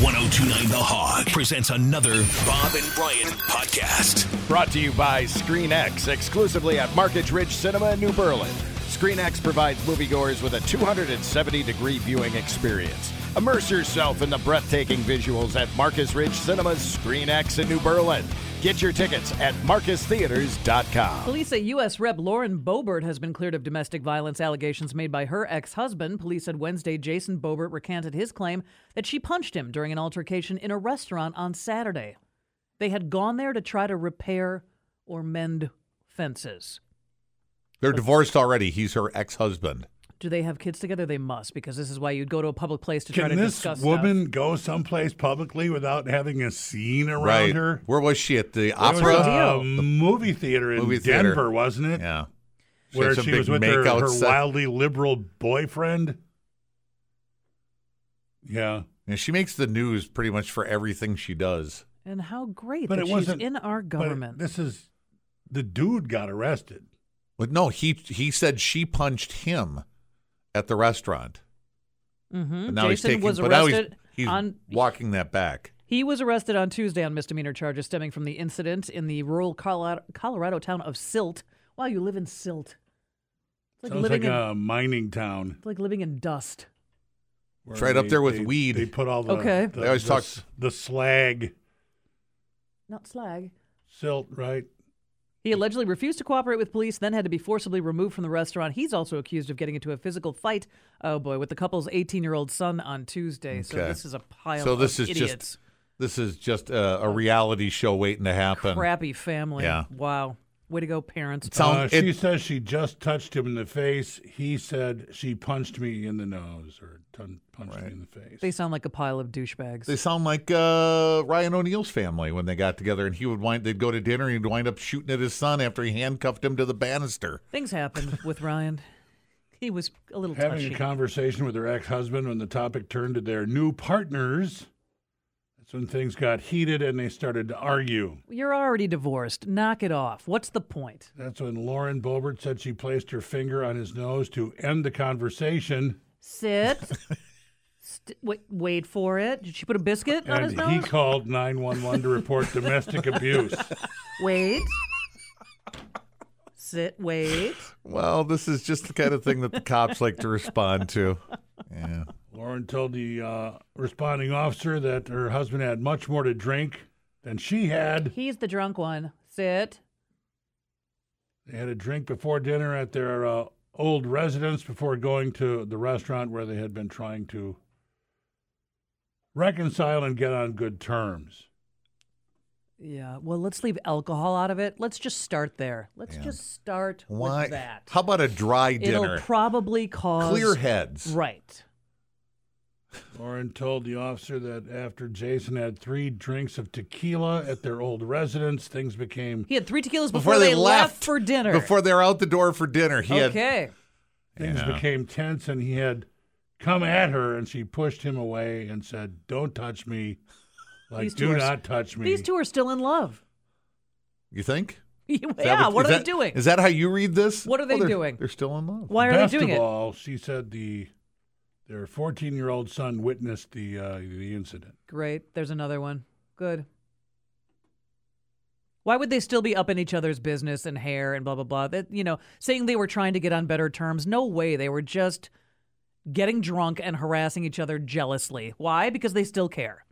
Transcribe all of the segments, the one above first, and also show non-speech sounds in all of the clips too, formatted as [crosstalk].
1029 The Hog presents another Bob and Brian podcast. Brought to you by ScreenX, exclusively at Markage Ridge Cinema in New Berlin. ScreenX provides moviegoers with a 270 degree viewing experience. Immerse yourself in the breathtaking visuals at Marcus Ridge Cinema's ScreenX in New Berlin. Get your tickets at marcustheaters.com. Police say U.S. Rep. Lauren Boebert has been cleared of domestic violence allegations made by her ex husband. Police said Wednesday Jason Boebert recanted his claim that she punched him during an altercation in a restaurant on Saturday. They had gone there to try to repair or mend fences. They're divorced already. He's her ex-husband. Do they have kids together? They must, because this is why you'd go to a public place to try Can to this discuss woman stuff. go someplace publicly without having a scene around right. her? Where was she at the There was opera? a movie theater in Movie theater. Denver, wasn't it? yeah. She had Where some she big was with her, makeout her set. wildly liberal boyfriend. Yeah. Yeah, she makes the news pretty much for everything she does. And how great But that it she's wasn't in our but it- government. this is the dude got arrested. But no, he he said she punched him at the restaurant. hmm But now Jason he's taking. was but now he's, arrested he's on walking that back. He was arrested on Tuesday on misdemeanor charges stemming from the incident in the rural Colorado, Colorado town of Silt. Wow, you live in Silt. It's like Sounds living like in a mining town. it's like living in dust. where It's right up they- there with they- weed. They put all the Okay. the- They always the talk- s- the slag Not slag. silt, right? He allegedly refused to cooperate with police, then had to be forcibly removed from the restaurant. He's also accused of getting into a physical fight. Oh boy, with the couple's 18-year-old son on Tuesday. So Okay. this is a pile So of this is idiots. just this is just a, a reality show waiting to happen. crappy family. Yeah. Wow. Way to go, parents. It sounds- uh, it- she says she just touched him in the face. He said she punched me in the nose or tun- punched me in the face. They sound like a pile of douchebags. They sound like uh, Ryan O'Neal's family when they got together, and he would wind. They'd go to dinner, and he'd wind up shooting at his son after he handcuffed him to the banister. Things happened with Ryan. He was a little Having touchy. a conversation with her ex-husband when the topic turned to their new partners. That's when things got heated and they started to argue. You're already divorced. Knock it off. What's the point? That's when Lauren Boebert said she placed her finger on his nose to end the conversation, [laughs] Sit. St- wait, wait for it. Did she put a biscuit on his and he nose? [laughs] called 911 to report domestic abuse. wait. Sit. Wait. Well, this is just the kind of thing that the cops like to respond to. Yeah. Lauren told the uh, responding officer that her husband had much more to drink than she had. He's the drunk one. Sit. They had a drink before dinner at their uh, old residence before going to the restaurant where they had been trying to reconcile and get on good terms. Yeah. Well, let's leave alcohol out of it. Let's just start there. Let's just start Why? with that. How about a dry It'll dinner? probably cause Clear heads. Right. Lauren told the officer that after Jason had three drinks of tequila at their old residence, things became He had three tequilas before, they for dinner. Before they're out the door for dinner, he had. okay. things Yeah. became tense, and he had come at her, and she pushed him away and said, "Don't touch me." Like, These two do are- not touch me. These two are still in love. [laughs] You think? Is that yeah, what is are they that- doing? Is that how you read this? What are they they're- doing? They're still in love. Why are Best they doing of it? all, she said the their 14 year old son witnessed the uh, the incident. Great. There's another one. Good. Why would they still be up in each other's business and hair and blah blah blah? That you know, saying they were trying to get on better terms. No way. They were just getting drunk and harassing each other jealously. Why? Because they still care.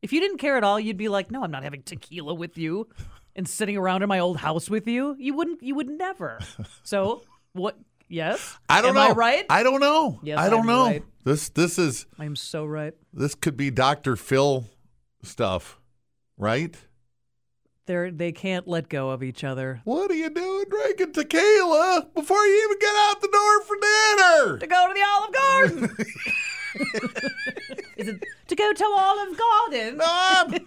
If you didn't care at all, you'd be like, "No, I'm not having tequila with you and sitting around in my old house with you." You wouldn't you would never. So, what? Yes. I don't Am know. I right? I don't know. Yes, I don't I'm know. right. This this is I'm so right. this could be Dr. Phil stuff, right? They're they can't let go of each other. What are you doing drinking tequila before you even get out the door for to dinner? go to the Olive [laughs] Garden. Is it to go to Olive Garden? No, I'm,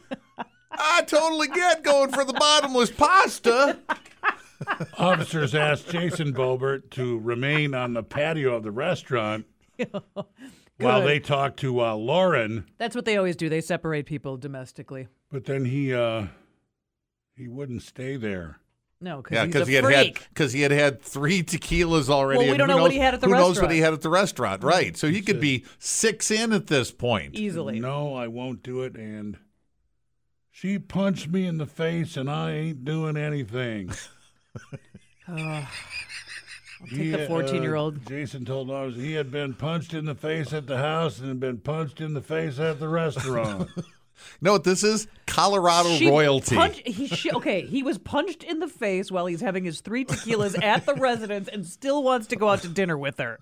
I totally get going for the bottomless pasta. Officers asked Jason Bobert to remain on the patio of [laughs] the restaurant while Good. they talked to uh, Lauren, That's what they always do. They separate people domestically. but then he uh, he wouldn't stay there. No, because Yeah, he's a because he had had freak. because he had had three tequilas already. Well, we and don't who know what knows- he had at the who knows what restaurant. he Mm-hmm. had at the restaurant, right? So he could be six in at this point. Easily. No, I won't do it. And she punched me in the face, and I ain't [laughs] doing anything. Take the 14 year old. uh, Jason told us he had been punched in the face at the house and had been punched in the face at [laughs] the restaurant. No, what this is Colorado She royalty. punch- he sh- okay, he was punched in the face while he's having his three tequilas at the residence and still wants to go out to dinner with her.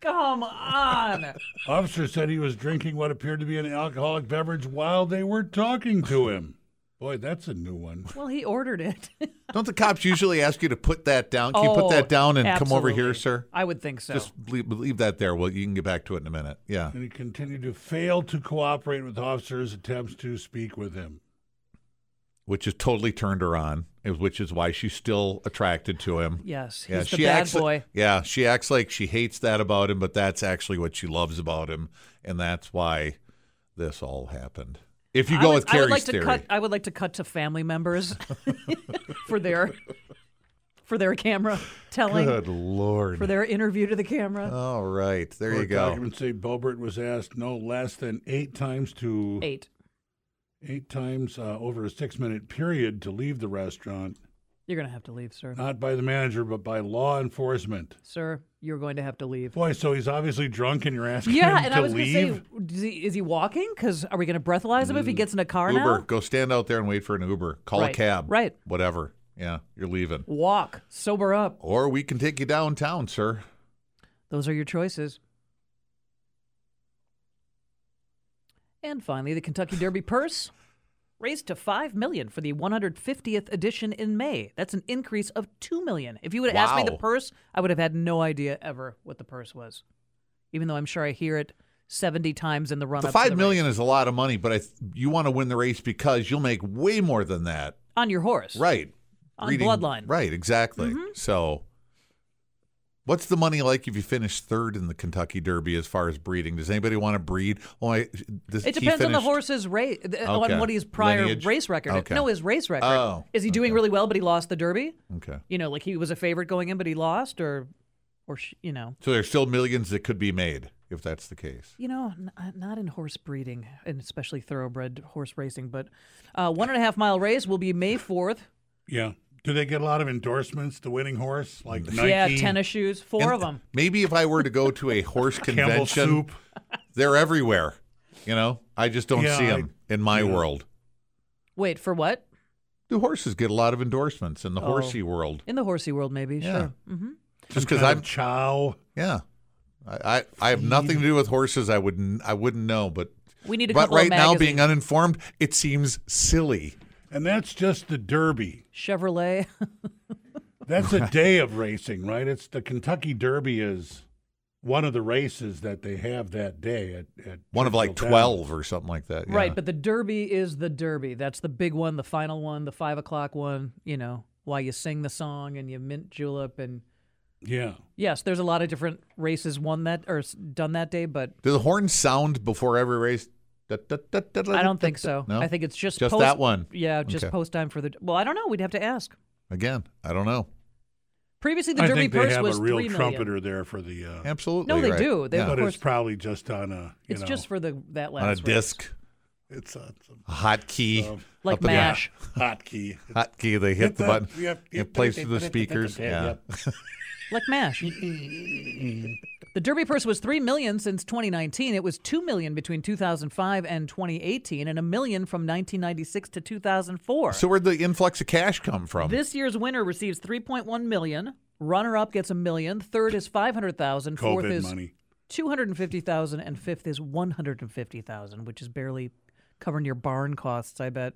Come on. Officer said he was drinking what appeared to be an alcoholic beverage while they were talking to him. Boy, that's a new one. Well, he ordered it. Can Don't the cops usually ask you to put that down? Can you put Oh, that down and come over here, sir? I would think so. Just leave, leave that there. Well, you can get back to it in a minute. Yeah. And he continued to fail to cooperate with officers' attempts to speak with him. Which has totally turned her on, and which is why she's still attracted to him. yes, he's Yeah, the she bad acts, boy. Yeah, she acts like she hates that about him, but that's actually what she loves about him, and that's why this all happened. If you I go would, with I Carrie's would like theory, to cut. I would like to cut to family members [laughs] for their for their camera telling good lord! for their interview to the camera. all right, there you Court go. Documents say Bobert was asked no less than eight times to Eight. eight times uh, over a six-minute period to leave the restaurant, You're gonna have to leave, sir. not by the manager but by law enforcement. sir, you're going to have to leave. Boy, so he's obviously drunk, and you're asking Yeah, him and to I was leave. gonna say, is he, is he walking? Because are we gonna breathalyze him if he gets in a car Mm. Uber, now? go stand out there and wait for an Uber. Call Right, a cab. right. Whatever. Yeah, you're leaving, Walk, sober up. or we can take you downtown, sir. Those are your choices. And finally, the Kentucky Derby [sighs] purse raised to five million for the 150th edition in May. That's an increase of two million. If you would have asked me the Wow. purse, I would have had no idea ever what the purse was, even though I'm sure I hear it 70 times in the run. The up to five race. million is a lot of money, but I th- you want to win the race because you'll make way more than that, on your horse, right? On bloodline, Mm-hmm. right? Exactly. So, what's the money like if you finish third in the Kentucky Derby as far as breeding? Does anybody want to breed? Oh, I, this, It he depends on the finished- horse's race, Okay. on what his prior Lineage? race record. Okay. No, his race record. Oh, is he doing really well, but he lost the Derby? Okay, You know, like he was a favorite going in, but he lost, or, or sh- you know, so there's still millions that could be made if that's the case. you know, n- uh, not in horse breeding, and especially thoroughbred horse racing. But uh, one and a half mile race will be May fourth. Yeah. Do they get a lot of endorsements? The winning horse, like [laughs] Nike, Yeah, tennis shoes, four of And them. Maybe if I were to go to a [laughs] horse Campbell convention, soup. they're everywhere. You know, I just don't Yeah, see I- them in my world. Wait for what? The horses get a lot of endorsements in the Oh. horsey world. In the horsey world, maybe. Yeah. Sure. hmm Just some because kind I'm of chow. Yeah, I, I I have nothing to do with horses. I wouldn't I wouldn't know, but We need a but couple right of now magazines. being uninformed, it seems silly. And that's just the Derby. Chevrolet. [laughs] That's [laughs] a day of racing, right? It's the Kentucky Derby is one of the races that they have that day at, at One of like Churchill Downs. twelve or something like that. yeah. Right, but the Derby is the Derby. That's the big one, the final one, the five o'clock one. You know, while you sing the song and you mint julep and Yeah. yes, there's a lot of different races won that or s- done that day, but do the horns sound before every race? Da, da, da, da, da, I don't da, think da, so. No? I think it's just Just post- that one. Yeah, just Okay. post time for the. Well, I don't know. We'd have to ask. again. I don't know. Previously, the I Derby think they purse have was a real three million. trumpeter there for the. Uh, Absolutely. No, they right. do. They- yeah. But Of course. it's probably just on a. You It's know, just for the that last on a race. disc, It's on some a hot key, like up in the- mash. hotkey. hot key. They [laughs] hit the button. Yep. It plays through the speakers. Yeah. Yep. like [laughs] mash. the Derby purse was three million since 2019. It was two million between 2005 and 2018, and a million from 1996 to 2004. So where'd the influx of cash come from? this year's winner receives 3.1 million. Runner-up gets a million. Third is 500,000. Fourth COVID is money. 250,000, and fifth is 150,000, which is barely covering your barn costs. I bet.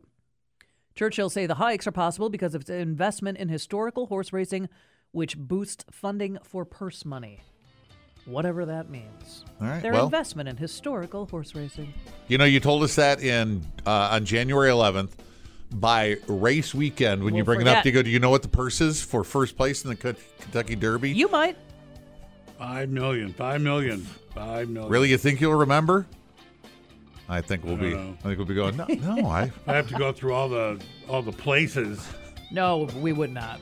Churchill say the hikes are possible because of its investment in historical horse racing, which boosts funding for purse money. Whatever that means. All right, Their well- investment in historical horse racing. You know, you told us that in uh, on January 11th by race weekend when you We'll bring it up. forget. Do you go? Do you know what the purse is for first place in the Ken- Kentucky Derby? You might. Five million. Five million. Five million. really? You think you'll remember? I think we'll I be. don't know. I think we'll be going. No, no, I. I have to go through all the all the places. No, we would not.